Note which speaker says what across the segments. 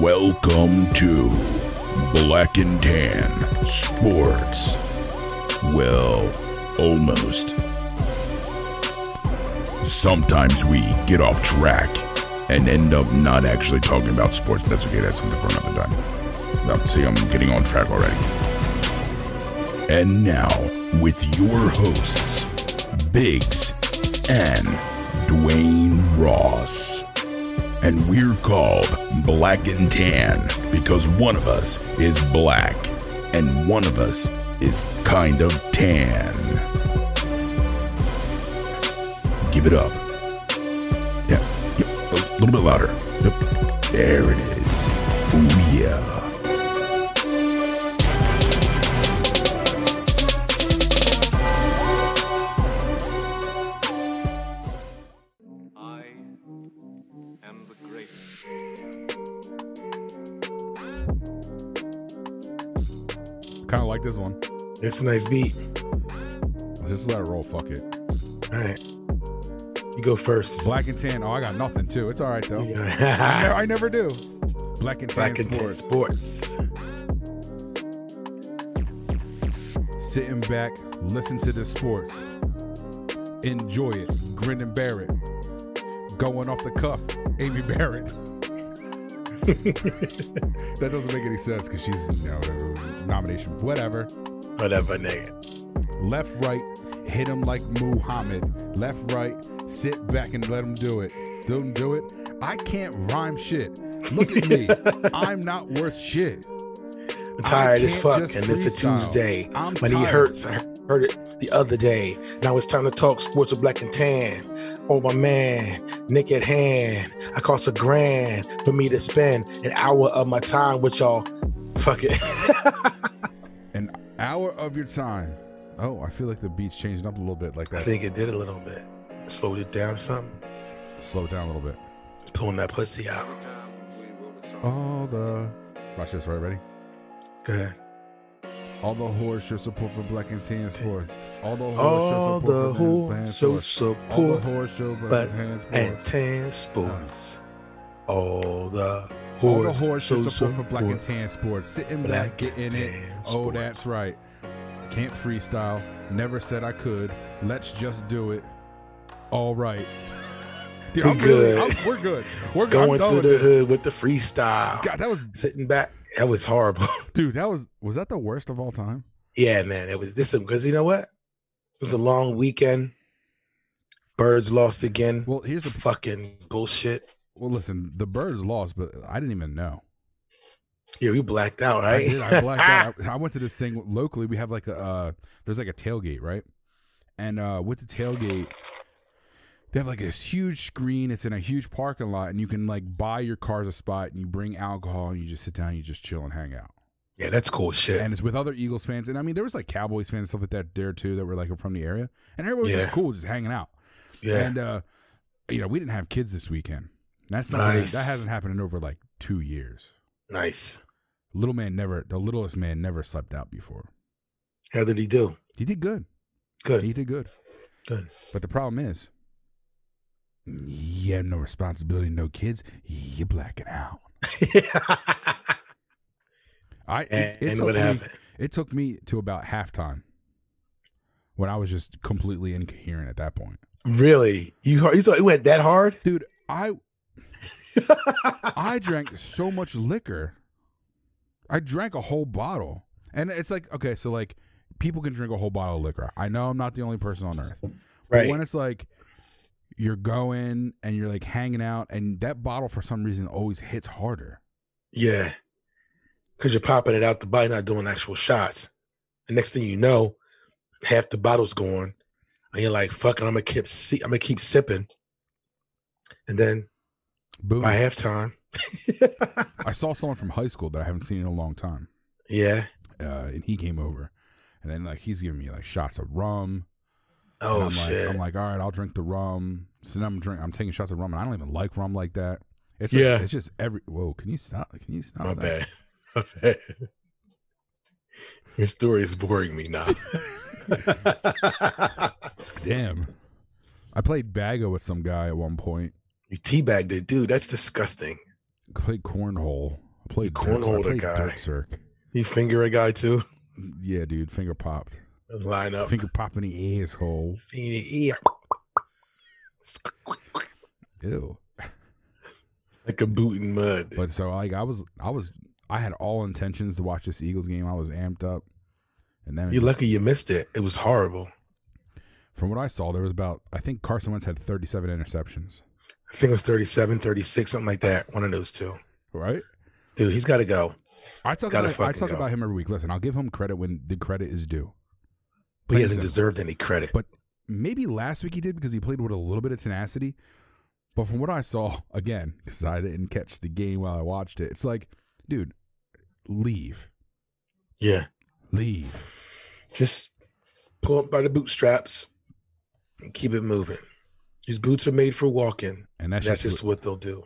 Speaker 1: Welcome to Black and Tan Sports. Well, almost. Sometimes we get off track and end up not actually talking about sports. That's okay, that's something for another time. Now, see, I'm getting on track already. And now, with your hosts, Biggs and Dwayne Ross and we're called Black and Tan because one of us is black and one of us is kind of tan. Give it up. Yeah, yep, a little bit louder. Yep. There it is. Ooh, yeah.
Speaker 2: I am the greatest.
Speaker 3: Kind of like this one.
Speaker 4: It's a nice beat.
Speaker 3: Just let it roll. Fuck it.
Speaker 4: All right. You go first.
Speaker 3: Black and tan. Oh, I got nothing too. It's all right though. I, never,
Speaker 4: Yeah.
Speaker 3: I never do. Black and tan
Speaker 4: Black and Tan
Speaker 3: sports.
Speaker 4: Sports.
Speaker 3: Sitting back, listen to the sports. Enjoy it. Grin and bear it. Going off the cuff. Amy Barrett. that doesn't make any sense because she's you know, nomination. Whatever.
Speaker 4: Whatever, nigga.
Speaker 3: Left, right, hit him like Muhammad. Left, right, sit back and let him do it. Don't do it. I can't rhyme shit. Look at me. I'm not worth shit.
Speaker 4: I'm tired as
Speaker 3: can't
Speaker 4: fuck,
Speaker 3: just
Speaker 4: and it's a
Speaker 3: freestyle.
Speaker 4: Tuesday.
Speaker 3: I'm
Speaker 4: My knee
Speaker 3: tired.
Speaker 4: hurts. I heard it the other day. Now it's time to talk sports with Black and Tan. Oh, my man, Nick at hand. I cost a grand for me to spend an hour of my time with y'all. Fuck it.
Speaker 3: An hour of your time. Oh, I feel like the beat's changing up a little bit like
Speaker 4: I
Speaker 3: that.
Speaker 4: think it did a little bit. Slowed it down something.
Speaker 3: Slow it down a little bit.
Speaker 4: Pulling that pussy out.
Speaker 2: And we will resolve.
Speaker 3: All the. Watch this, right? Ready?
Speaker 4: Good.
Speaker 3: All the horse your support for Black and Tan Sports. All the horse
Speaker 4: All
Speaker 3: your support
Speaker 4: the
Speaker 3: for Black and Tan
Speaker 4: horse show
Speaker 3: Sports. All the
Speaker 4: support.
Speaker 3: horse your
Speaker 4: but
Speaker 3: Black and Tan Sports.
Speaker 4: and tan sports. All the
Speaker 3: All
Speaker 4: horse,
Speaker 3: the horse should
Speaker 4: so
Speaker 3: support for black and
Speaker 4: support.
Speaker 3: tan sports. Sitting
Speaker 4: Black
Speaker 3: back, getting
Speaker 4: and
Speaker 3: it.
Speaker 4: tan
Speaker 3: Oh,
Speaker 4: sports.
Speaker 3: that's right. Can't freestyle. Never said I could. Let's just do it. All right. Dude,
Speaker 4: We
Speaker 3: I'm really-
Speaker 4: good.
Speaker 3: I'm- we're good. We're good. I'm
Speaker 4: Going
Speaker 3: done
Speaker 4: to
Speaker 3: with
Speaker 4: the
Speaker 3: this.
Speaker 4: hood with the freestyle.
Speaker 3: God, that was
Speaker 4: Sitting back, that was horrible.
Speaker 3: dude. That was was that the worst of all time?
Speaker 4: yeah, man, it was this because you know what? It was a long weekend. Birds lost again.
Speaker 3: Well, here's the.
Speaker 4: Fucking bullshit.
Speaker 3: Well, listen, the birds lost, but I didn't even know.
Speaker 4: Yeah, we blacked out,
Speaker 3: I,
Speaker 4: right?
Speaker 3: did. I blacked out. I, I went to this thing locally. We have like a uh, there's like a tailgate, right? And uh, with the tailgate, they have like this huge screen. It's in a huge parking lot, and you can like buy your cars a spot, and you bring alcohol, and you just sit down, and you just chill and hang out.
Speaker 4: yeah, that's cool shit.
Speaker 3: And it's with other Eagles fans, and I mean there was like Cowboys fans and stuff like that there too that were like from the area, and everybody was
Speaker 4: Yeah.
Speaker 3: just cool, just hanging out.
Speaker 4: yeah.
Speaker 3: And uh, you know we didn't have kids this weekend. That's not
Speaker 4: Nice.
Speaker 3: that hasn't happened in over like two years.
Speaker 4: nice.
Speaker 3: Little man never, the littlest man never slept out before.
Speaker 4: How did he do?
Speaker 3: He did good.
Speaker 4: Good.
Speaker 3: He did good.
Speaker 4: Good.
Speaker 3: But the problem is, you have no responsibility, no kids. You're blacking out. I it-
Speaker 4: and
Speaker 3: it,
Speaker 4: and
Speaker 3: took
Speaker 4: what
Speaker 3: me,
Speaker 4: happened?
Speaker 3: It took me to about halftime when I was just completely incoherent at that point,
Speaker 4: Really? You hard- you thought it went that hard?
Speaker 3: dude. I I drank so much liquor. I drank a whole bottle, and it's like okay, so like people can drink a whole bottle of liquor. I know I'm not the only person on earth. But when
Speaker 4: right.
Speaker 3: it's like you're going and you're like hanging out, and that bottle for some reason always hits harder.
Speaker 4: Yeah. Cause you're popping it out the body, not doing actual shots. The next thing you know, half the bottle's gone. And you're like, fuck it, I'm gonna keep si- I'm gonna keep sipping. And then
Speaker 3: Boom.
Speaker 4: by
Speaker 3: I,
Speaker 4: halftime,
Speaker 3: saw someone from high school that I haven't seen in a long time,
Speaker 4: yeah.
Speaker 3: uh, and he came over, and then like he's giving me like shots of rum. and
Speaker 4: Oh
Speaker 3: I'm
Speaker 4: shit.
Speaker 3: Like, I'm like, all right, I'll drink the rum. So now I'm drink. I'm taking shots of rum, and I don't even like rum like that. It's like,
Speaker 4: Yeah.
Speaker 3: It's just every. Whoa, can you stop? Can you stop?
Speaker 4: My
Speaker 3: that?
Speaker 4: bad. My bad. Your story is boring me now.
Speaker 3: Damn. I played bagger with some guy at one point.
Speaker 4: you teabagged it, dude. That's disgusting.
Speaker 3: Played cornhole. I played Dirk, I
Speaker 4: cornhole the
Speaker 3: played
Speaker 4: guy.
Speaker 3: Dirk Circ.
Speaker 4: He finger a guy too.
Speaker 3: Yeah, dude, finger popped.
Speaker 4: Line up.
Speaker 3: Finger pop in the asshole.
Speaker 4: Finger ear.
Speaker 3: Ew.
Speaker 4: Like a boot in mud.
Speaker 3: But so like I was I was I had all intentions to watch this Eagles game. I was amped up. And then it
Speaker 4: You're
Speaker 3: just-
Speaker 4: lucky you missed it. It was horrible.
Speaker 3: from what I saw, there was about I think Carson Wentz had thirty seven interceptions.
Speaker 4: I think it was 37, 36, something like that. One of those two.
Speaker 3: Right?
Speaker 4: Dude, he's got to go.
Speaker 3: I talk
Speaker 4: Gotta
Speaker 3: about I
Speaker 4: fucking
Speaker 3: talk
Speaker 4: go.
Speaker 3: about him every week. Listen, I'll give him credit when the credit is due.
Speaker 4: But he
Speaker 3: Plain
Speaker 4: hasn't
Speaker 3: simple.
Speaker 4: deserved any credit.
Speaker 3: But maybe last week he did because he played with a little bit of tenacity. But from what I saw, again, because I didn't catch the game while I watched it, it's like, dude, leave,
Speaker 4: Yeah.
Speaker 3: leave.
Speaker 4: Just pull up by the bootstraps and keep it moving. These boots are made for walking.
Speaker 3: And that's,
Speaker 4: That's
Speaker 3: just,
Speaker 4: just what they'll do.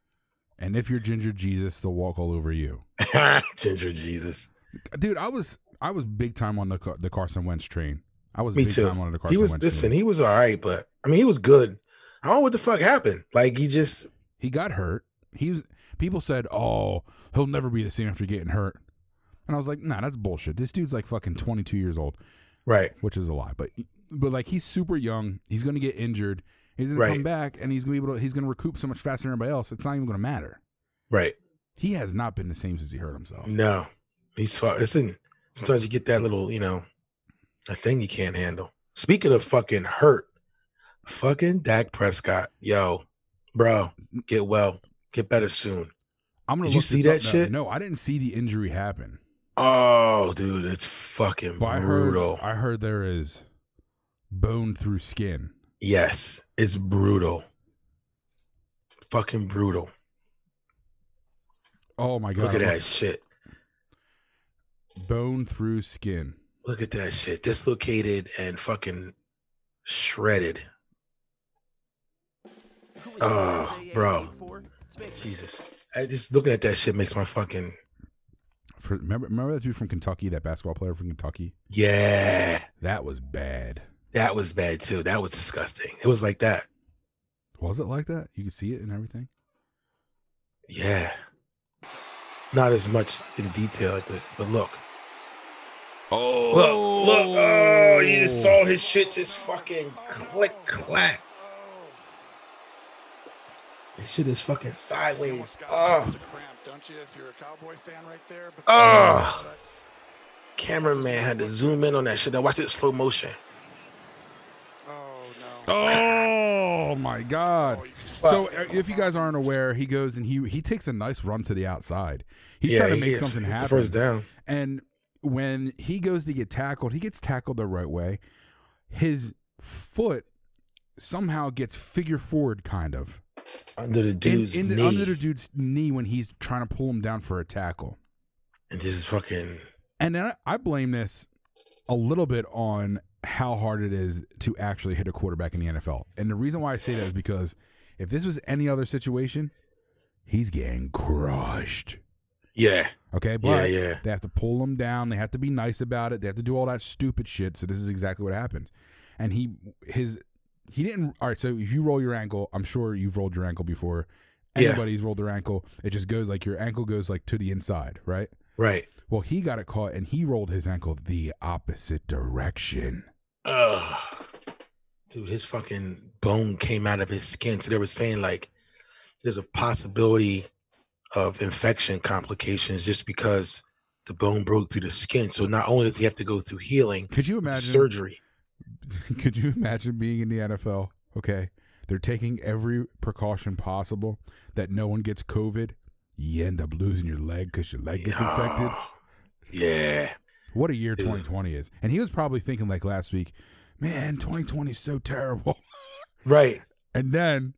Speaker 3: and if you're Ginger Jesus, they'll walk all over you,
Speaker 4: Ginger Jesus.
Speaker 3: dude. I was I was big time on the Car- the Carson Wentz train. I was
Speaker 4: Me
Speaker 3: big
Speaker 4: too.
Speaker 3: time on the Carson
Speaker 4: He was
Speaker 3: Wentz.
Speaker 4: listen,
Speaker 3: train.
Speaker 4: he was all right, but I mean he was good. I don't know what the fuck happened. Like he just
Speaker 3: He got hurt. He was, people said, "Oh, he'll never be the same after getting hurt," and I was like, "Nah, that's bullshit. This dude's like fucking 22 years old."
Speaker 4: right.
Speaker 3: which is a lie. But but like he's super young. He's going to get injured. He's going to come
Speaker 4: Right.
Speaker 3: back, and he's going to be able to. He's going to recoup so much faster than everybody else. It's not even going to matter.
Speaker 4: Right.
Speaker 3: He has not been the same since he hurt himself.
Speaker 4: No. He's fu- listen, sometimes you get that little, you know, a thing you can't handle. Speaking of fucking hurt, fucking Dak Prescott, yo, bro, get well. Get better soon.
Speaker 3: I'm going
Speaker 4: Did
Speaker 3: to
Speaker 4: you
Speaker 3: look
Speaker 4: see
Speaker 3: this
Speaker 4: that
Speaker 3: up now.
Speaker 4: shit?
Speaker 3: No, I didn't see the injury happen.
Speaker 4: Oh, dude, it's fucking
Speaker 3: But I heard.
Speaker 4: brutal.
Speaker 3: I heard there is bone through skin.
Speaker 4: Yes, it's brutal. Fucking brutal.
Speaker 3: Oh my god!
Speaker 4: Look at that shit.
Speaker 3: Bone through skin.
Speaker 4: Look at that shit. Dislocated and fucking shredded. Oh, bro. Jesus. I just looking at that shit makes my fucking
Speaker 3: For, remember, remember that dude from Kentucky, that basketball player from Kentucky.
Speaker 4: yeah.
Speaker 3: That was bad.
Speaker 4: That was bad too. That was disgusting. It was like that.
Speaker 3: Was it like that? You could see it and everything.
Speaker 4: Yeah. Not as much in detail, like the, but look.
Speaker 1: Oh,
Speaker 4: Look, look. Oh, you just saw his shit just fucking click clack. This shit is fucking sideways. Oh,
Speaker 5: It's a cramp, don't you? If you're a Cowboy fan right there. But
Speaker 4: Oh. cameraman had to zoom in on that shit. Now watch it in slow motion.
Speaker 5: Oh, no.
Speaker 3: Oh my god.
Speaker 5: Oh, you just-
Speaker 3: So uh, if you guys aren't aware, he goes and he he takes a nice run to the outside. He's trying to
Speaker 4: he
Speaker 3: make
Speaker 4: gets-
Speaker 3: something
Speaker 4: it's the
Speaker 3: happen.
Speaker 4: First down.
Speaker 3: And when he goes to get tackled, he gets tackled the right way. His foot somehow gets figure forward kind of
Speaker 4: Under the
Speaker 3: in-
Speaker 4: dude's
Speaker 3: in the-
Speaker 4: knee.
Speaker 3: under the dude's knee when he's trying to pull him down for a tackle.
Speaker 4: and this is fucking
Speaker 3: And then I, I blame this a little bit on how hard it is to actually hit a quarterback in the NFL. And the reason why I say that is because if this was any other situation, he's getting crushed.
Speaker 4: Yeah.
Speaker 3: Okay, but
Speaker 4: yeah, yeah.
Speaker 3: they have to pull him down. They have to be nice about it. They have to do all that stupid shit. So this is exactly what happened. And he his he didn't. All right, so if you roll your ankle, I'm sure you've rolled your ankle before.
Speaker 4: Yeah.
Speaker 3: Anybody's rolled their ankle. It just goes like your ankle goes like to the inside, right?
Speaker 4: Right.
Speaker 3: Well, he got it caught and he rolled his ankle the opposite direction.
Speaker 4: Ugh. Dude, his fucking bone came out of his skin. So they were saying like there's a possibility of infection complications just because the bone broke through the skin. So not only does he have to go through healing,
Speaker 3: Could you imagine?
Speaker 4: surgery.
Speaker 3: Could you imagine being in the NFL? Okay, they're taking every precaution possible that no one gets COVID. You end up losing your leg because your leg gets infected.
Speaker 4: Ah, Yeah.
Speaker 3: What a year 2020 is! And he was probably thinking like last week, man, 2020 is so terrible.
Speaker 4: Right.
Speaker 3: And then,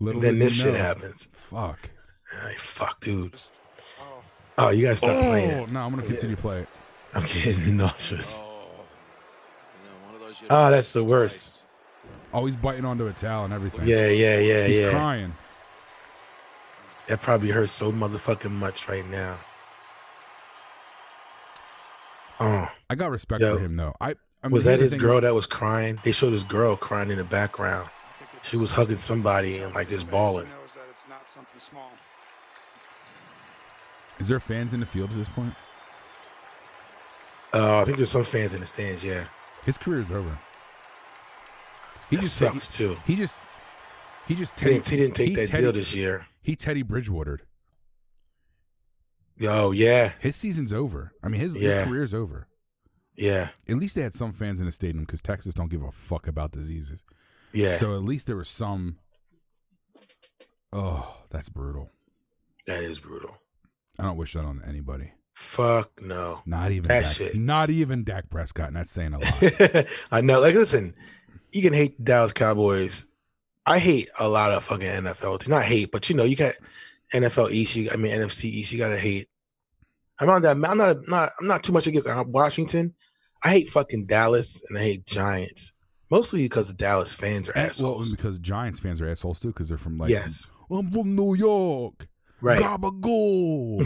Speaker 3: little
Speaker 4: And then
Speaker 3: did
Speaker 4: this
Speaker 3: he
Speaker 4: shit
Speaker 3: know,
Speaker 4: happens.
Speaker 3: Fuck.
Speaker 4: Ay, fuck, dude.
Speaker 5: Just, oh,
Speaker 4: Oh, you gotta stop playing
Speaker 3: Oh
Speaker 4: it.
Speaker 3: no, I'm gonna continue to play it.
Speaker 4: I'm getting nauseous.
Speaker 2: Oh, and then one of those you
Speaker 4: Oh, that's the worst.
Speaker 3: Oh, he's biting onto a towel and everything.
Speaker 4: Yeah, yeah, yeah,
Speaker 3: he's
Speaker 4: yeah.
Speaker 3: crying.
Speaker 4: That probably hurts so motherfucking much right now. Oh,
Speaker 3: I got respect
Speaker 4: Yo.
Speaker 3: for him though. I, I mean, here's
Speaker 4: was that
Speaker 3: the
Speaker 4: his
Speaker 3: thing-
Speaker 4: girl that was crying? They showed his girl crying in the background.
Speaker 5: I think it's-
Speaker 4: She was hugging somebody and like just
Speaker 5: He
Speaker 4: bawling.
Speaker 5: knows that it's not something small.
Speaker 3: Is there fans in the field at this point?
Speaker 4: Uh, I think there's some fans in the stands. Yeah,
Speaker 3: His career's over.
Speaker 4: he just sucks too.
Speaker 3: He just he just
Speaker 4: He didn't, he didn't take
Speaker 3: he
Speaker 4: that
Speaker 3: Teddy-
Speaker 4: deal this year.
Speaker 3: He Teddy Bridgewatered.
Speaker 4: Oh yeah,
Speaker 3: His season's over. I mean, his,
Speaker 4: Yeah.
Speaker 3: his career's over.
Speaker 4: yeah,
Speaker 3: At least they had some fans in the stadium because Texas don't give a fuck about diseases.
Speaker 4: yeah.
Speaker 3: So at least there was some. Oh, that's brutal.
Speaker 4: that is brutal.
Speaker 3: I don't wish that on anybody.
Speaker 4: Fuck no.
Speaker 3: Not even
Speaker 4: That
Speaker 3: Dak,
Speaker 4: shit.
Speaker 3: Not even Dak Prescott. And that's saying a lot.
Speaker 4: I know. Like, listen, you can hate the Dallas Cowboys. I hate a lot of fucking NFL teams. Not hate, but you know, you got NFL East. You, I mean, NFC East. You gotta hate. I'm not that. I'm not. Not. I'm not too much against uh, Washington. I hate fucking Dallas and I hate Giants mostly because the Dallas fans are
Speaker 3: And- well,
Speaker 4: assholes.
Speaker 3: because Giants fans are assholes too because they're from like.
Speaker 4: yes,
Speaker 3: I'm from New York.
Speaker 4: right.
Speaker 3: Gabagool.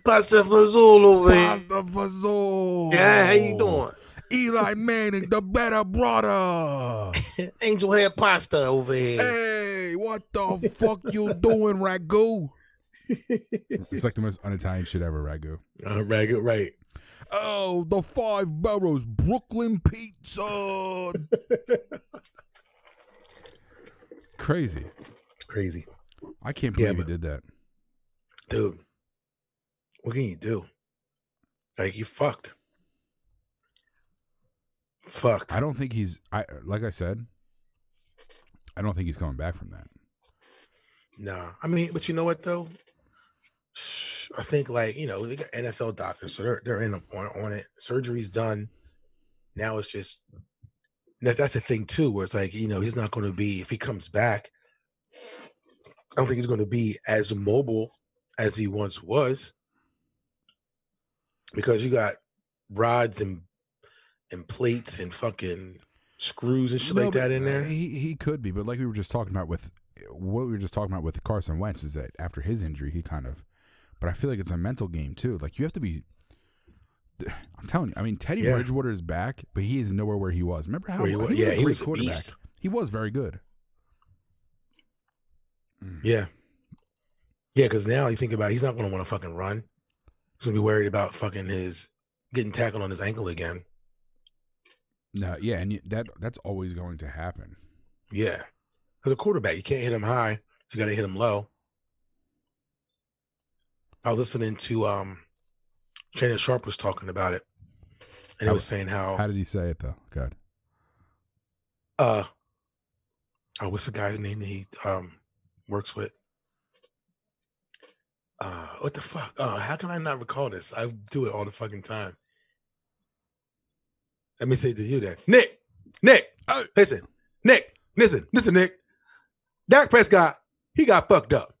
Speaker 4: Pasta Fazul over here.
Speaker 3: Pasta Fazol.
Speaker 4: Yeah, how you doing?
Speaker 3: Eli Manning, the better brother.
Speaker 4: Angel hair pasta over here.
Speaker 3: Hey, what the fuck you doing, Ragu? It's like the most un-Italian shit ever, Ragu.
Speaker 4: Uh, right, right.
Speaker 3: Oh, the Five Boroughs Brooklyn Pizza. Crazy.
Speaker 4: Crazy.
Speaker 3: I can't
Speaker 4: Yeah,
Speaker 3: believe you
Speaker 4: but-
Speaker 3: did that.
Speaker 4: dude, what can you do? Like you fucked. Fucked.
Speaker 3: I don't think he's. I like I said. I don't think he's coming back from that.
Speaker 4: Nah. I mean, but you know what though? I think like, you know, they got NFL doctors, so they're they're in on, on it. Surgery's done. Now it's just that, that's the thing too, where it's like, you know, he's not gonna be if he comes back, I don't think he's gonna be as mobile as he once was. Because you got rods and and plates and fucking screws and shit
Speaker 3: No,
Speaker 4: like
Speaker 3: but,
Speaker 4: that in
Speaker 3: uh,
Speaker 4: there.
Speaker 3: He he could be, but like we were just talking about with what we were just talking about with Carson Wentz was that after his injury, he kind of. But I feel like it's a mental game too. Like you have to be. I'm telling you. I mean, Teddy
Speaker 4: Yeah.
Speaker 3: Bridgewater is back, but he is nowhere where he was. Remember how?
Speaker 4: Where he wa-
Speaker 3: a
Speaker 4: yeah, he
Speaker 3: great
Speaker 4: was a
Speaker 3: quarterback.
Speaker 4: beast.
Speaker 3: He was very good.
Speaker 4: Yeah. Yeah, because now you think about it, he's not gonna want to fucking run. He's gonna be worried about fucking his getting tackled on his ankle again.
Speaker 3: No, yeah, and you- that that's always going to happen.
Speaker 4: Yeah. As a quarterback, you can't hit him high, so you gotta hit him low. I was listening to um Shannon Sharp was talking about it. And he
Speaker 3: How-
Speaker 4: was saying how,
Speaker 3: How did he say it though? God,
Speaker 4: uh oh what's the guy's name that he um works with? Uh what the fuck? Oh, how can I not recall this? I do it all the fucking time. Let me say to you that Nick, Nick, uh, listen, Nick, listen, listen, Nick. Dak Prescott, he got fucked up.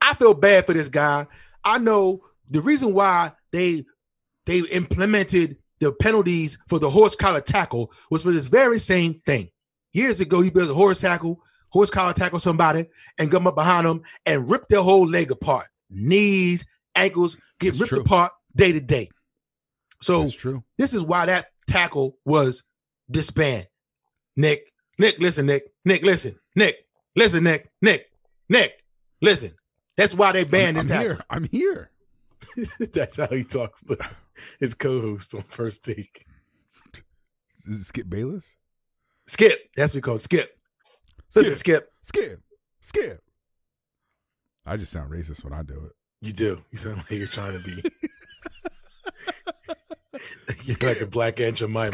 Speaker 4: I feel bad for this guy. I know the reason why they they implemented the penalties for the horse collar tackle was for this very same thing. Years ago, he built a horse tackle, horse collar tackle somebody, and come up behind them and rip their whole leg apart. Knees, ankles get
Speaker 3: That's
Speaker 4: ripped
Speaker 3: true.
Speaker 4: apart day to day. So
Speaker 3: that's true.
Speaker 4: this is why that tackle was disbanded. Nick, Nick, listen, Nick, Nick, listen, Nick, listen, Nick, Nick, Nick, listen. That's why they banned
Speaker 3: I'm,
Speaker 4: this
Speaker 3: I'm
Speaker 4: tackle.
Speaker 3: here. I'm here.
Speaker 4: That's how he talks to his co-host on first take.
Speaker 3: Is it Skip Bayless?
Speaker 4: Skip. That's what we call Skip. Listen,
Speaker 3: Skip.
Speaker 4: Skip.
Speaker 3: Skip, Skip. I just sound racist when I do it.
Speaker 4: You do. You sound like you're trying to be. you're like a black Aunt Jemima.
Speaker 3: I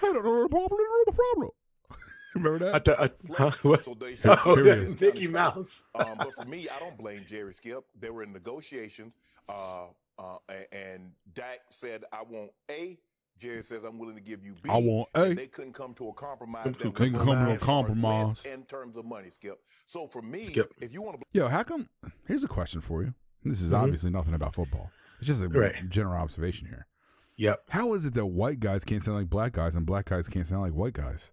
Speaker 3: don't know the problem. I don't know the problem. Remember
Speaker 4: I
Speaker 3: that?
Speaker 4: th- I, huh? What?
Speaker 6: So they-
Speaker 3: Here-
Speaker 4: Oh,
Speaker 3: here it
Speaker 4: that's
Speaker 3: is.
Speaker 4: Mickey Mouse.
Speaker 6: um, but for me, I don't blame Jerry Skip. They were in negotiations, uh, uh, a- and Dak said, "I want A." Jerry says, "I'm willing to give you B."
Speaker 3: I want A.
Speaker 6: And they couldn't come to a compromise.
Speaker 4: Come to
Speaker 6: that
Speaker 4: a
Speaker 6: would
Speaker 4: They
Speaker 6: work
Speaker 4: couldn't come to a
Speaker 6: as far as
Speaker 3: compromise.
Speaker 6: win In terms of money, Skip. So for me,
Speaker 4: Skip.
Speaker 6: if you want to
Speaker 3: Yo, how come? Here's a question for you. This is
Speaker 4: Mhm.
Speaker 3: obviously nothing about football. It's just a
Speaker 4: Right.
Speaker 3: general observation here.
Speaker 4: Yep.
Speaker 3: How is it that white guys can't sound like black guys and black guys can't sound like white guys?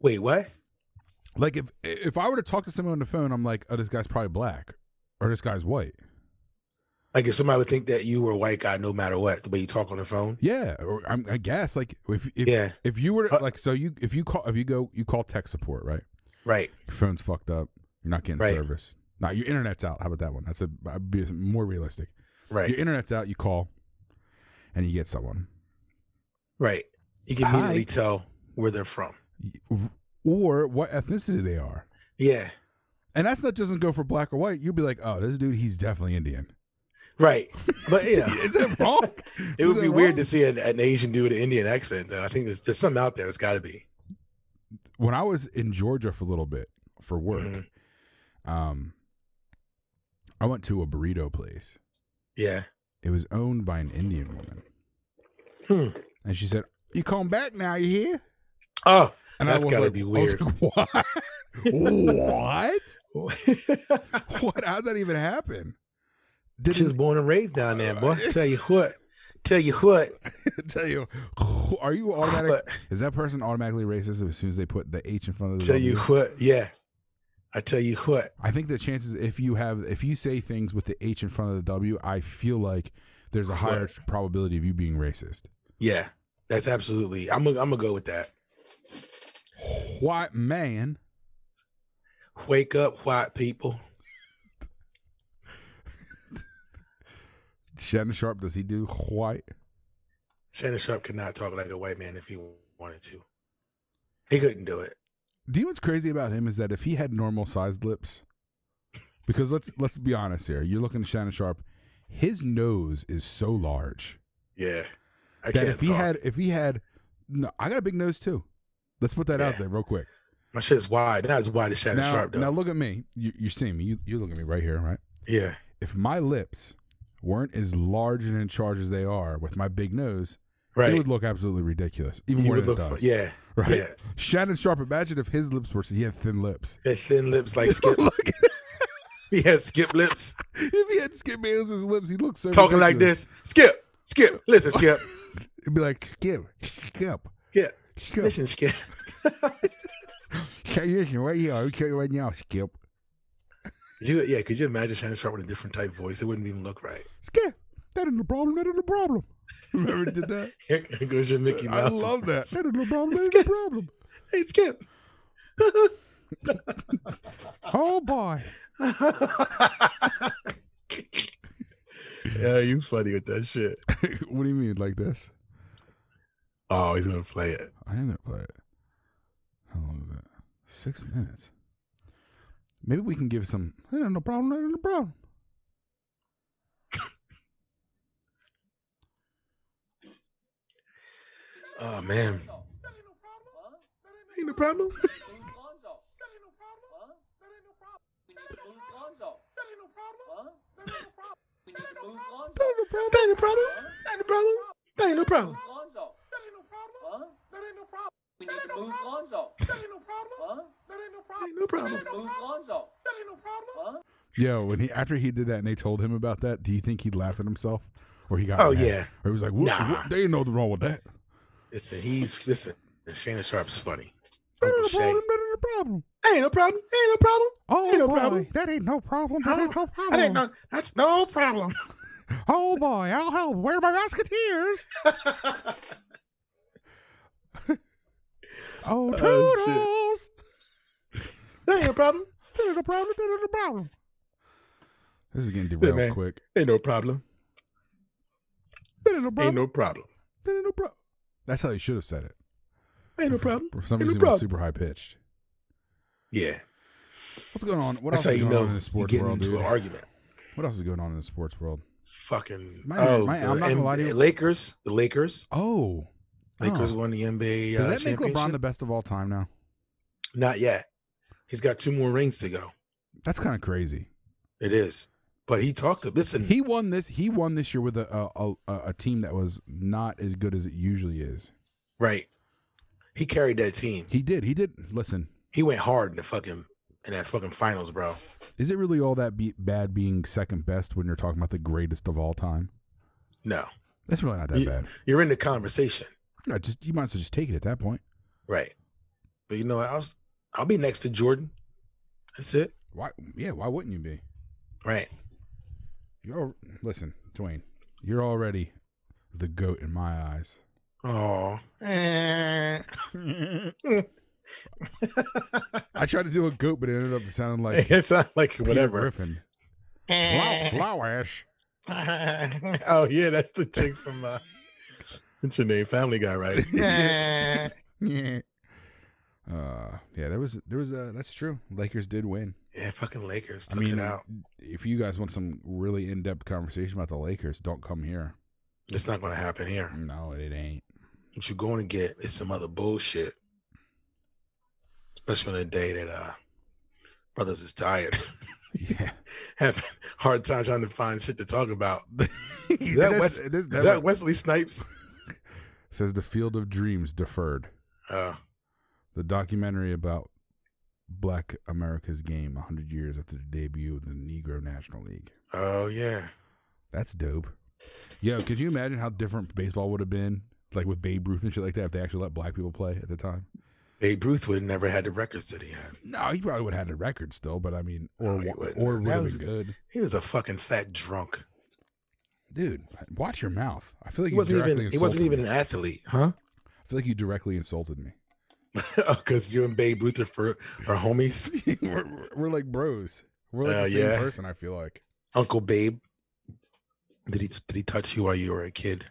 Speaker 4: Wait, what?
Speaker 3: Like if if I were to talk to someone on the phone, I'm like, oh, this guy's probably black, or this guy's white.
Speaker 4: Like if somebody would think that you were a white guy, no matter what, the way you talk on the phone.
Speaker 3: Yeah, or I'm, I guess like if if
Speaker 4: Yeah.
Speaker 3: if you were to,
Speaker 4: Uh,
Speaker 3: like so you if you call if you go you call tech support right,
Speaker 4: Right.
Speaker 3: your phone's fucked up, you're not getting
Speaker 4: Right.
Speaker 3: service, Now your internet's out. How about that one? That's a I'd be more realistic.
Speaker 4: Right.
Speaker 3: Your internet's out. You call, and you get someone,
Speaker 4: Right. You can immediately tell where they're from.
Speaker 3: or what ethnicity they are.
Speaker 4: Yeah.
Speaker 3: And that's not doesn't go for black or white. You'll be like, oh, this dude, he's definitely Indian.
Speaker 4: Right. But yeah.
Speaker 3: Is that wrong?
Speaker 4: It
Speaker 3: Is
Speaker 4: would be
Speaker 3: that
Speaker 4: weird
Speaker 3: wrong?
Speaker 4: to see an, an Asian dude with an Indian accent, though. I think there's, there's something out there. It's got to be.
Speaker 3: when I was in Georgia for a little bit for work,
Speaker 4: Mhm.
Speaker 3: um, I went to a burrito place.
Speaker 4: Yeah.
Speaker 3: It was owned by an Indian woman,
Speaker 4: Hmm.
Speaker 3: and she said, "You come back now, you hear?"
Speaker 4: Oh,
Speaker 3: And
Speaker 4: That's
Speaker 3: was
Speaker 4: gotta
Speaker 3: like-
Speaker 4: be
Speaker 3: I was like, what? what? What? How'd that even happen? Did
Speaker 4: she was
Speaker 3: not
Speaker 4: born and raised down there, boy. Tell you what. Tell you what.
Speaker 3: tell you? Are you automatic?
Speaker 4: But
Speaker 3: Is that person automatically racist as soon as they put the H in front of the
Speaker 4: tell you
Speaker 3: W?
Speaker 4: what. Yeah. I tell you what.
Speaker 3: I think the chances if you have if you say things with the H in front of the W, I feel like there's a higher probability of you being racist.
Speaker 4: Yeah. That's absolutely. I'm gonna I'm gonna go with that.
Speaker 3: White man,
Speaker 4: Wake up, white people.
Speaker 3: Shannon Sharp, does he do white?
Speaker 4: Shannon Sharp could not talk like a white man if he wanted to. He couldn't do it.
Speaker 3: Do you know what's crazy about him is that if he had normal sized lips, because let's let's be honest here, you're looking at Shannon Sharp, his nose is so large
Speaker 4: Yeah. I
Speaker 3: that
Speaker 4: can't
Speaker 3: if he
Speaker 4: talk.
Speaker 3: had if he had, no, I got a big nose too. Let's put that out
Speaker 4: Yeah.
Speaker 3: there real quick.
Speaker 4: my shit's wide, not as wide as Shannon
Speaker 3: Now,
Speaker 4: Sharp though.
Speaker 3: now look at me. You, you're seeing me. You, you look at me right here, right?
Speaker 4: yeah.
Speaker 3: if my lips weren't as large and in charge as they are with my big nose,
Speaker 4: Right.
Speaker 3: it would look absolutely ridiculous. Even
Speaker 4: you
Speaker 3: more
Speaker 4: would
Speaker 3: than
Speaker 4: look
Speaker 3: it
Speaker 4: for,
Speaker 3: does.
Speaker 4: yeah.
Speaker 3: Right.
Speaker 4: Yeah.
Speaker 3: Shannon Sharp, imagine if his lips were he had thin lips.
Speaker 4: That thin lips like skip. he had skip lips.
Speaker 3: If he had Skip Bayless's lips, he looks so
Speaker 4: Talking like
Speaker 3: ridiculous.
Speaker 4: this. Skip. Skip. Listen, skip.
Speaker 3: It'd be like Skip, Skip,
Speaker 4: Yeah.
Speaker 3: Skip.
Speaker 4: Listen, skip.
Speaker 3: Hey, Listen, right here, I'll kill you right now, Skip,
Speaker 4: Could you, yeah, could you imagine Shannon Sharp with a different type voice? It wouldn't even look right.
Speaker 3: Skip. That ain't a problem. That ain't a problem. Remember he did that?
Speaker 4: Here goes your Mickey Mouse.
Speaker 3: I love that. That ain't a problem. That ain't a
Speaker 4: Skip.
Speaker 3: problem.
Speaker 4: Hey, Skip.
Speaker 3: Oh boy.
Speaker 4: Yeah, you funny with that shit.
Speaker 3: what do you mean like this?
Speaker 4: Oh, he's gonna play it.
Speaker 3: I am gonna play it. How long is that? Six minutes. Maybe we can give some. That ain't no problem. That ain't no problem.
Speaker 4: Oh man. Ain't no problem. Ain't no problem. Ain't no problem. Ain't no problem. Ain't no problem.
Speaker 3: Yo, when he after he did that and they told him about that, do you think he laughed at himself, or he got?
Speaker 4: Oh,
Speaker 3: mad?
Speaker 4: yeah.
Speaker 3: or he was like, what,
Speaker 4: Nah.
Speaker 3: what- "They ain't nothing wrong with that."
Speaker 4: Listen, he's listen. Shannon Sharp's funny.
Speaker 3: That ain't
Speaker 4: Uncle
Speaker 3: no
Speaker 4: Shay.
Speaker 3: problem. That ain't no problem.
Speaker 4: Ain't no problem. Ain't no problem.
Speaker 3: Oh
Speaker 4: Ain't no
Speaker 3: boy,
Speaker 4: problem.
Speaker 3: that ain't no problem. That ain't no problem.
Speaker 4: I didn't know. That's no problem.
Speaker 3: Oh boy, I'll help. Where are my musketeers? oh, toodles.
Speaker 4: That ain't no problem.
Speaker 3: That ain't a problem. That ain't a problem. This is getting
Speaker 4: Yeah,
Speaker 3: derailed
Speaker 4: man.
Speaker 3: quick.
Speaker 4: Ain't no problem.
Speaker 3: That ain't a
Speaker 4: Ain't
Speaker 3: problem.
Speaker 4: no problem.
Speaker 3: that ain't a problem. That's how you should have said it.
Speaker 4: Ain't no problem.
Speaker 3: For some
Speaker 4: Ain't no
Speaker 3: reason, it was
Speaker 4: problem.
Speaker 3: super high pitched.
Speaker 4: Yeah,
Speaker 3: What's going on? What
Speaker 4: that's how
Speaker 3: else is
Speaker 4: you
Speaker 3: going
Speaker 4: know
Speaker 3: on in the
Speaker 4: you're
Speaker 3: sports
Speaker 4: getting
Speaker 3: world,
Speaker 4: into
Speaker 3: dude?
Speaker 4: an argument.
Speaker 3: What else is going on in the sports world?
Speaker 4: Fucking
Speaker 3: My-
Speaker 4: oh,
Speaker 3: my- I'm
Speaker 4: the
Speaker 3: not gonna lie to
Speaker 4: NBA
Speaker 3: you.
Speaker 4: Lakers. The Lakers.
Speaker 3: Oh,
Speaker 4: Lakers
Speaker 3: Huh.
Speaker 4: won the NBA.
Speaker 3: does
Speaker 4: uh,
Speaker 3: that make LeBron the
Speaker 4: championship.
Speaker 3: best of all time now?
Speaker 4: Not yet. He's got two more rings to go.
Speaker 3: That's kind of crazy.
Speaker 4: It is, but he talked to listen.
Speaker 3: He won this. He won this year with a a, a a team that was not as good as it usually is.
Speaker 4: right, he carried that team.
Speaker 3: He did. He did. Listen,
Speaker 4: He went hard in the fucking in that fucking finals, bro.
Speaker 3: is it really all that be- bad being second best when you're talking about the greatest of all time?
Speaker 4: No,
Speaker 3: That's really not that
Speaker 4: You-
Speaker 3: bad.
Speaker 4: you're in the conversation,
Speaker 3: No, just you might as well just take it at that point.
Speaker 4: right? But you know, what? I was, I'll be next to Jordan. That's it,
Speaker 3: Why? Yeah, why wouldn't you be?
Speaker 4: right?
Speaker 3: You're al- listen, Dwayne. You're already Eh. the goat in my eyes.
Speaker 4: Oh,
Speaker 3: I tried to do a goat, but it ended up sounding like Peter
Speaker 4: it's not like whatever.
Speaker 3: Griffin.
Speaker 4: oh
Speaker 3: Blowash.
Speaker 4: yeah, that's the chick from uh, what's your name? Family Guy, right? yeah,
Speaker 3: Uh, yeah, there was there was uh that's true. Lakers did win.
Speaker 4: fucking Lakers
Speaker 3: I
Speaker 4: took
Speaker 3: mean,
Speaker 4: it out.
Speaker 3: if you guys want some really in depth conversation about the Lakers, don't come here.
Speaker 4: It's not going to happen here.
Speaker 3: No, it ain't.
Speaker 4: What you're going to get is some other bullshit, especially on the day that uh, brothers is tired,
Speaker 3: Yeah,
Speaker 4: having a hard time trying to find shit to talk about. Is that,
Speaker 3: That's-
Speaker 4: Wes-
Speaker 3: it is-
Speaker 4: is
Speaker 3: that
Speaker 4: that
Speaker 3: Wes-
Speaker 4: Wesley Snipes?
Speaker 3: says the Field of Dreams deferred.
Speaker 4: Uh,
Speaker 3: the documentary about Black America's game 100 years after the debut of the Negro National League.
Speaker 4: oh yeah.
Speaker 3: That's dope. Yo, could you imagine how different baseball would have been, like with Babe Ruth and shit like that, if they actually let black people play at the time?
Speaker 4: Babe Ruth would have never had the records that he had.
Speaker 3: No, he probably would have had a record still, but I mean, or
Speaker 4: No, he
Speaker 3: wa-
Speaker 4: wouldn't.
Speaker 3: or
Speaker 4: That
Speaker 3: would have
Speaker 4: was-
Speaker 3: been good.
Speaker 4: He was a fucking fat drunk.
Speaker 3: Dude, watch your mouth. I feel like
Speaker 4: He
Speaker 3: you
Speaker 4: wasn't
Speaker 3: directly
Speaker 4: even. He
Speaker 3: insulted
Speaker 4: wasn't even
Speaker 3: me.
Speaker 4: an athlete, huh?
Speaker 3: I feel like you directly insulted me.
Speaker 4: Because Oh, you and Babe Ruth are for are homies.
Speaker 3: we're, we're- we're like bros. We're like
Speaker 4: Uh,
Speaker 3: the same
Speaker 4: yeah.
Speaker 3: person. I feel like.
Speaker 4: Uncle Babe. Did he did he touch you while you were a kid?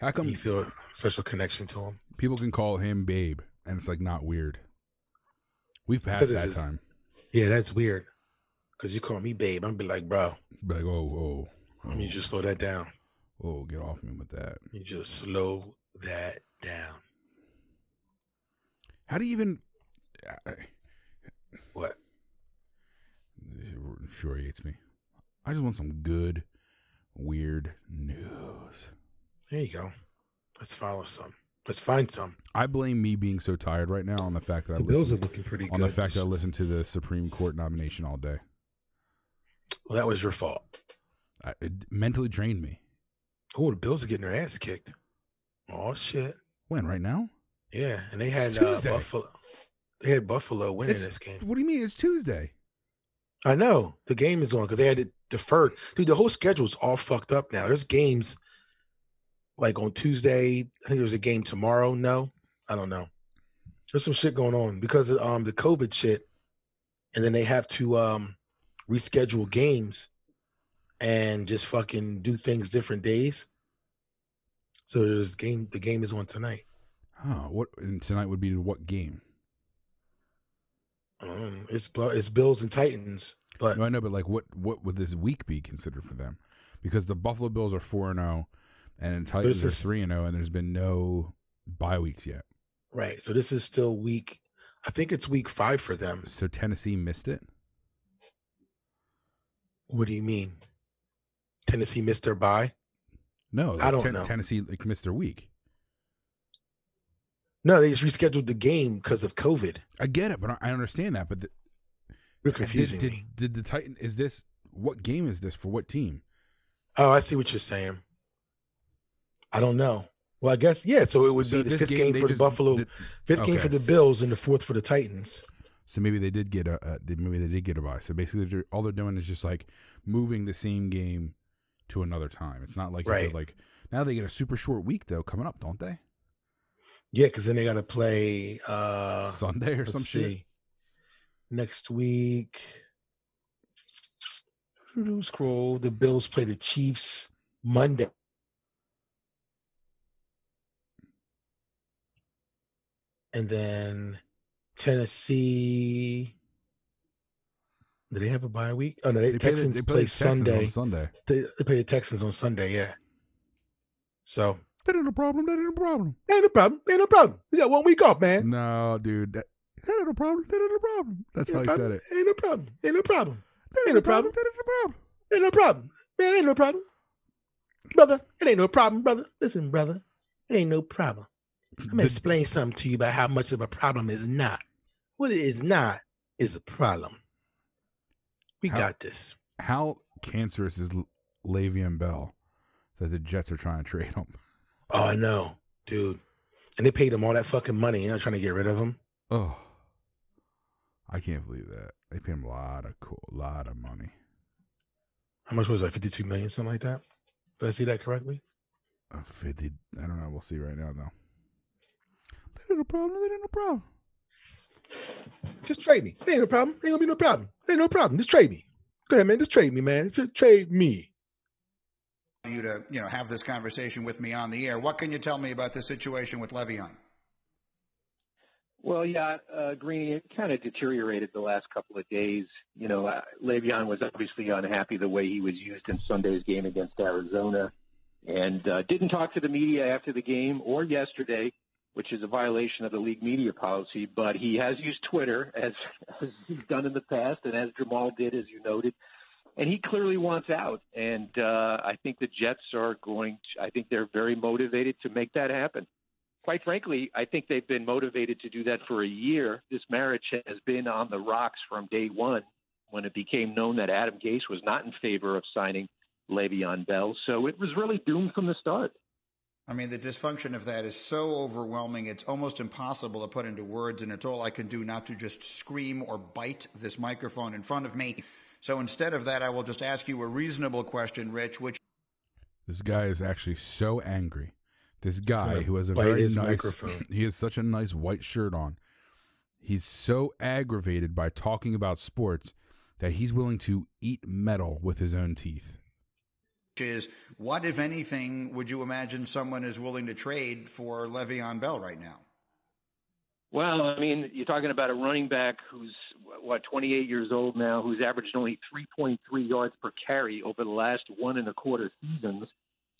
Speaker 3: How come
Speaker 4: you feel a special connection to him?
Speaker 3: people can call him Babe, and it's like not weird? We've passed
Speaker 4: Because it's
Speaker 3: that
Speaker 4: his-
Speaker 3: time.
Speaker 4: Yeah, that's weird. Cause you call me Babe, I'm be like, bro.
Speaker 3: Be like, oh, oh,
Speaker 4: I
Speaker 3: oh,
Speaker 4: mean, you just slow that down.
Speaker 3: oh, get off me with that.
Speaker 4: You just slow that down.
Speaker 3: How do you even? I- I-
Speaker 4: What?
Speaker 3: It infuriates me. I just want some good, weird news.
Speaker 4: There you go. Let's follow some. Let's find some.
Speaker 3: I blame me being so tired right now on the fact that I
Speaker 4: The Bills are
Speaker 3: listened-
Speaker 4: looking pretty
Speaker 3: on
Speaker 4: good.
Speaker 3: the fact that I listened to the Supreme Court nomination all day.
Speaker 4: well, that was your fault.
Speaker 3: I, it mentally drained me.
Speaker 4: Oh, the Bills are getting their ass kicked. Oh shit.
Speaker 3: When right now?
Speaker 4: Yeah, and they had
Speaker 3: It's
Speaker 4: uh,
Speaker 3: Tuesday.
Speaker 4: Buffalo. They had Buffalo winning
Speaker 3: It's-
Speaker 4: this game.
Speaker 3: What do you mean? It's Tuesday.
Speaker 4: I know the game is on because they had it deferred. Dude, the whole schedule's all fucked up now. There's games like on Tuesday. I think there's a game tomorrow. No, I don't know. There's some shit going on because of um the COVID shit, and then they have to um reschedule games and just fucking do things different days. So there's game. The game is on tonight.
Speaker 3: Oh, what? And tonight would be what game?
Speaker 4: I don't know. Um, It's Bu- it's Bills and Titans, but
Speaker 3: No, I know, but like, what what would this week be considered for them? Because the Buffalo Bills are four and zero, and the Titans are
Speaker 4: is-
Speaker 3: three and zero, and there's been no bye weeks yet.
Speaker 4: right. So this is still week. I think it's week five for them.
Speaker 3: So Tennessee missed it.
Speaker 4: What do you mean? Tennessee missed their bye?
Speaker 3: No,
Speaker 4: I don't
Speaker 3: Ten-
Speaker 4: know.
Speaker 3: Tennessee like, missed their week.
Speaker 4: No, they just rescheduled the game because of COVID.
Speaker 3: I get it, but I- I understand that. But the,
Speaker 4: You're
Speaker 3: did-
Speaker 4: confusing
Speaker 3: did,
Speaker 4: me.
Speaker 3: did the Titan? Is this what game is this for? What team?
Speaker 4: Oh, I see what you're saying. I don't know. Well, I guess yeah. So it would
Speaker 3: So
Speaker 4: be the
Speaker 3: this
Speaker 4: fifth
Speaker 3: game,
Speaker 4: game,
Speaker 3: they
Speaker 4: for the
Speaker 3: just
Speaker 4: Buffalo,
Speaker 3: did-
Speaker 4: fifth game for
Speaker 3: okay.
Speaker 4: the Bills, and the fourth for the Titans.
Speaker 3: So maybe they did get a uh, they- maybe they did get a bye. So basically, they're, all they're doing is just like moving the same game to another time. It's not like if they're,
Speaker 4: Right.
Speaker 3: like now they get a super short week though coming up, don't they?
Speaker 4: Yeah, because then they got to play uh,
Speaker 3: Sunday or
Speaker 4: let's
Speaker 3: some shit.
Speaker 4: see. next week. Scroll. The Bills play the Chiefs Monday. And then Tennessee. Do they have a bye week? Oh no, they,
Speaker 3: play the-
Speaker 4: Texans
Speaker 3: they
Speaker 4: play,
Speaker 3: play the Texans on
Speaker 4: Sunday.
Speaker 3: Sunday.
Speaker 4: They, they play the Texans on Sunday. Yeah. So
Speaker 3: That ain't a problem. That ain't a problem.
Speaker 4: ain't no problem. Ain't no problem. We got one week off, man.
Speaker 3: No, dude. That, that ain't a problem. That ain't a problem. That's how he
Speaker 4: ain't, no
Speaker 3: said
Speaker 4: problem.
Speaker 3: it.
Speaker 4: ain't no problem. Ain't no problem.
Speaker 3: That
Speaker 4: Ain't a problem.
Speaker 3: That ain't a problem.
Speaker 4: Ain't no problem. Man, ain't no problem. Brother, it ain't no problem, brother. Listen, brother, it ain't no problem. I'm gonna
Speaker 3: The-
Speaker 4: explain something to you about how much of a problem is not. What it is not is a problem. We
Speaker 3: How-
Speaker 4: got this.
Speaker 3: How cancerous is Le- Le'Veon Bell that the Jets are trying to trade him?
Speaker 4: Oh, I know, dude. And they paid him all that fucking money. You're not trying to get rid of him.
Speaker 3: Oh, I can't believe that they paid him a lot of cool, lot of money.
Speaker 4: How much was that? 52 million, something like that? Did I see that correctly?
Speaker 3: Uh, Fifty. I don't know. We'll see right now though. That ain't a problem. That ain't a problem.
Speaker 4: Just trade me. Ain't no problem. Ain't gonna be no problem. Ain't no problem. Just trade me. Go ahead, man. Just trade me, man. Just trade me.
Speaker 7: you to you know have this conversation with me on the air. What can you tell me about the situation with Le'Veon?
Speaker 8: Well, yeah, uh, Greeny, it kind of deteriorated the last couple of days. You know, uh, Le'Veon was obviously unhappy the way he was used in Sunday's game against Arizona, and uh, didn't talk to the media after the game or yesterday, which is a violation of the league media policy. But he has used Twitter as, as he's done in the past, and as Jamal did, as you noted. And he clearly wants out, and uh, I think the Jets are going. To, I think they're very motivated to make that happen quite frankly, I think they've been motivated to do that for a year. This marriage has been on the rocks from day one when it became known that Adam Gase was not in favor of signing Le'Veon Bell. So it was really doomed from the start.
Speaker 7: I mean, the dysfunction of that is so overwhelming; it's almost impossible to put into words, and it's all I can do not to just scream or bite this microphone in front of me. So instead of that, I will just ask you a reasonable question, Rich, which
Speaker 3: This guy is actually so angry. This guy
Speaker 4: gonna
Speaker 3: who has a
Speaker 4: bite
Speaker 3: very
Speaker 4: his
Speaker 3: nice
Speaker 4: microphone.
Speaker 3: he has such a nice white shirt on. He's so aggravated by talking about sports that he's willing to eat metal with his own teeth.
Speaker 7: is what, if anything, would you imagine someone is willing to trade for Le'Veon Bell right now?
Speaker 8: Well, I mean, you're talking about a running back who's what 28 years old now, who's averaged only 3.3 yards per carry over the last one and a quarter seasons.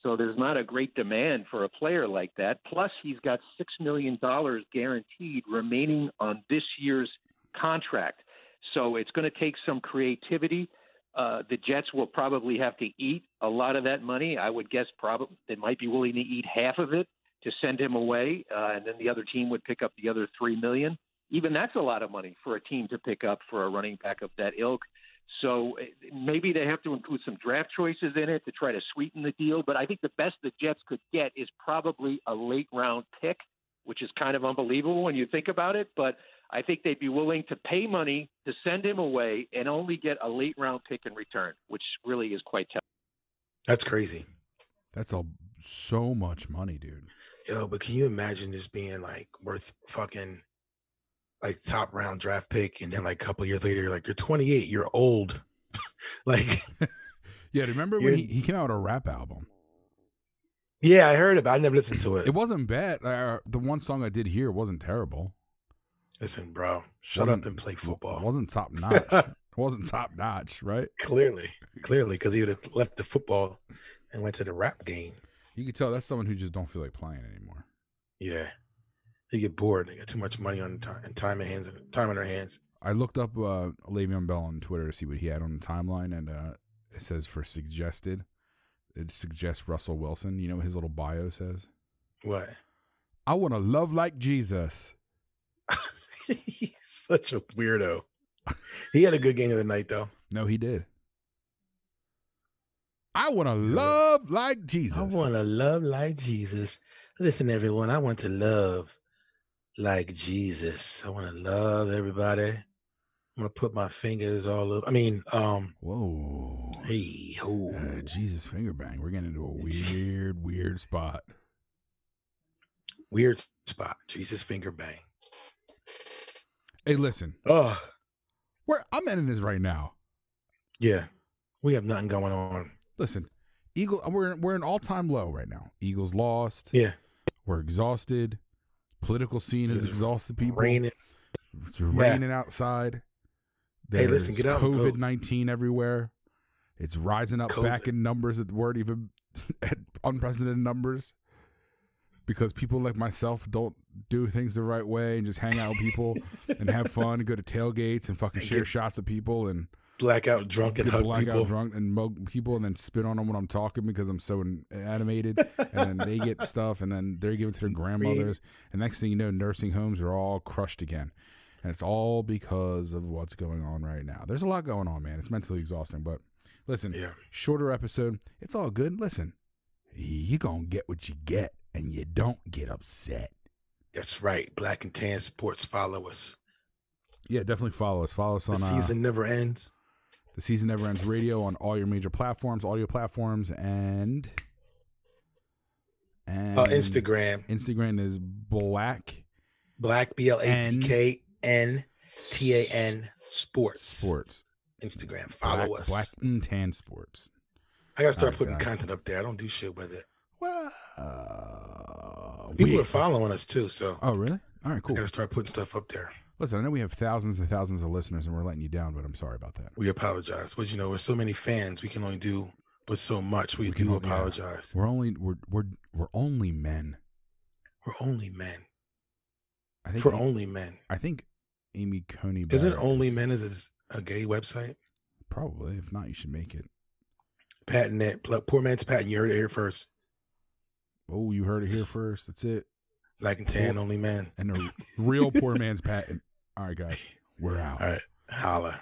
Speaker 8: So there's not a great demand for a player like that. Plus, he's got six million dollars guaranteed remaining on this year's contract. So it's going to take some creativity. Uh, the Jets will probably have to eat a lot of that money. I would guess probably they might be willing to eat half of it to send him away, uh, and then the other team would pick up the other three million. Even that's a lot of money for a team to pick up for a running back of that ilk. So eh, maybe they have to include some draft choices in it to try to sweeten the deal. But I think the best the Jets could get is probably a late round pick, which is kind of unbelievable when you think about it. But I think they'd be willing to pay money to send him away and only get a late round pick in return, which really is quite tough.
Speaker 4: That's crazy.
Speaker 3: That's a so much money, dude.
Speaker 4: Yo, but can you imagine this being like worth fucking like top round draft pick and then like a couple years later you're like you're 28, you're old. like
Speaker 3: Yeah, remember when he,
Speaker 4: You're-
Speaker 3: he came out with a rap album?
Speaker 4: yeah, I heard about it. I never listened to it.
Speaker 3: It wasn't bad. Uh, the one song I did hear wasn't terrible.
Speaker 4: Listen, bro. Shut
Speaker 3: Wasn't-
Speaker 4: up and play football.
Speaker 3: It wasn't top notch. it wasn't top notch, right?
Speaker 4: Clearly, clearly, because he would have left the football and went to the rap game.
Speaker 3: You could tell that's someone who just don't feel like playing anymore.
Speaker 4: Yeah, they get bored. They got too much money on time and time in hands, time on their hands.
Speaker 3: I looked up uh, Le'Veon Bell on Twitter to see what he had on the timeline, and uh, it says for suggested, it suggests Russell Wilson. You know what his little bio says?
Speaker 4: What?
Speaker 3: I want to love like Jesus.
Speaker 4: He's such a weirdo. He had a good game of the night though.
Speaker 3: No, he did. I want to love like Jesus.
Speaker 4: I want to love like Jesus. Listen, everyone, I want to love like Jesus. I want to love everybody. I'm gonna put my fingers all over. I mean, um,
Speaker 3: Whoa.
Speaker 4: hey, ho.
Speaker 3: Uh, Jesus finger bang. We're getting into a weird, weird spot.
Speaker 4: weird spot. Jesus finger bang.
Speaker 3: Hey, listen,
Speaker 4: Oh,
Speaker 3: we're, I'm ending this right now.
Speaker 4: yeah. We have nothing going on.
Speaker 3: Listen, Eagle, uh, we're we're an all time low right now. Eagles lost.
Speaker 4: Yeah.
Speaker 3: We're exhausted. Political scene has
Speaker 4: It's
Speaker 3: exhausted people.
Speaker 4: Raining.
Speaker 3: It's raining outside.
Speaker 4: Hey, listen, get out and vote.
Speaker 3: COVID nineteen everywhere. It's rising up back
Speaker 4: COVID.
Speaker 3: in numbers that weren't even at unprecedented numbers because people like myself don't do things the right way and just hang out with people and have fun and go to tailgates and fucking share shots with people and
Speaker 4: Blackout drunk and
Speaker 3: get
Speaker 4: hug
Speaker 3: blackout
Speaker 4: people.
Speaker 3: drunk and mug people and then spit on them when I'm talking because I'm so in- animated. and then they get stuff and then they're giving it to their grandmothers. And next thing you know, nursing homes are all crushed again. And it's all because of what's going on right now. There's a lot going on, man. It's mentally exhausting. But listen,
Speaker 4: Yeah.
Speaker 3: shorter episode. It's all good. Listen, you're going to get what you get and you don't get upset.
Speaker 4: That's right. Black and tan sports follow us.
Speaker 3: Yeah, definitely follow us. Follow us
Speaker 4: The
Speaker 3: on uh,
Speaker 4: season never ends.
Speaker 3: the season never ends radio on all your major platforms, audio platforms, and and
Speaker 4: Uh, Instagram.
Speaker 3: Instagram is black
Speaker 4: Black B L A C K N T A N Sports.
Speaker 3: Sports.
Speaker 4: Instagram. Follow
Speaker 3: black,
Speaker 4: us.
Speaker 3: Black Oh, and tan sports.
Speaker 4: I gotta start
Speaker 3: Alright,
Speaker 4: putting
Speaker 3: guys.
Speaker 4: content up there. I don't do shit with it.
Speaker 3: Well, uh,
Speaker 4: People
Speaker 3: we-
Speaker 4: are following us too, so
Speaker 3: Oh, really? All right,
Speaker 4: I
Speaker 3: cool.
Speaker 4: gotta start putting stuff up there.
Speaker 3: Listen, I know we have thousands and thousands of listeners, and we're letting you down, but I'm sorry about that.
Speaker 4: We apologize, but you know, with so many fans, we can only do but so much. We,
Speaker 3: We can
Speaker 4: do
Speaker 3: only- yeah.
Speaker 4: apologize.
Speaker 3: We're only we're we're we're only men.
Speaker 4: We're only men.
Speaker 3: I think
Speaker 4: For only men.
Speaker 3: I think Amy Coney
Speaker 4: Isn't
Speaker 3: Barrett
Speaker 4: only
Speaker 3: is-
Speaker 4: men is a gay website?
Speaker 3: Probably. If not, you should make it.
Speaker 4: Patent it. Pl- Poor man's patent. You heard it here first.
Speaker 3: Oh, you heard it here first. That's it.
Speaker 4: Like and tan, only man.
Speaker 3: And the real poor man's patent. All right, guys, we're out.
Speaker 4: All right. Holla.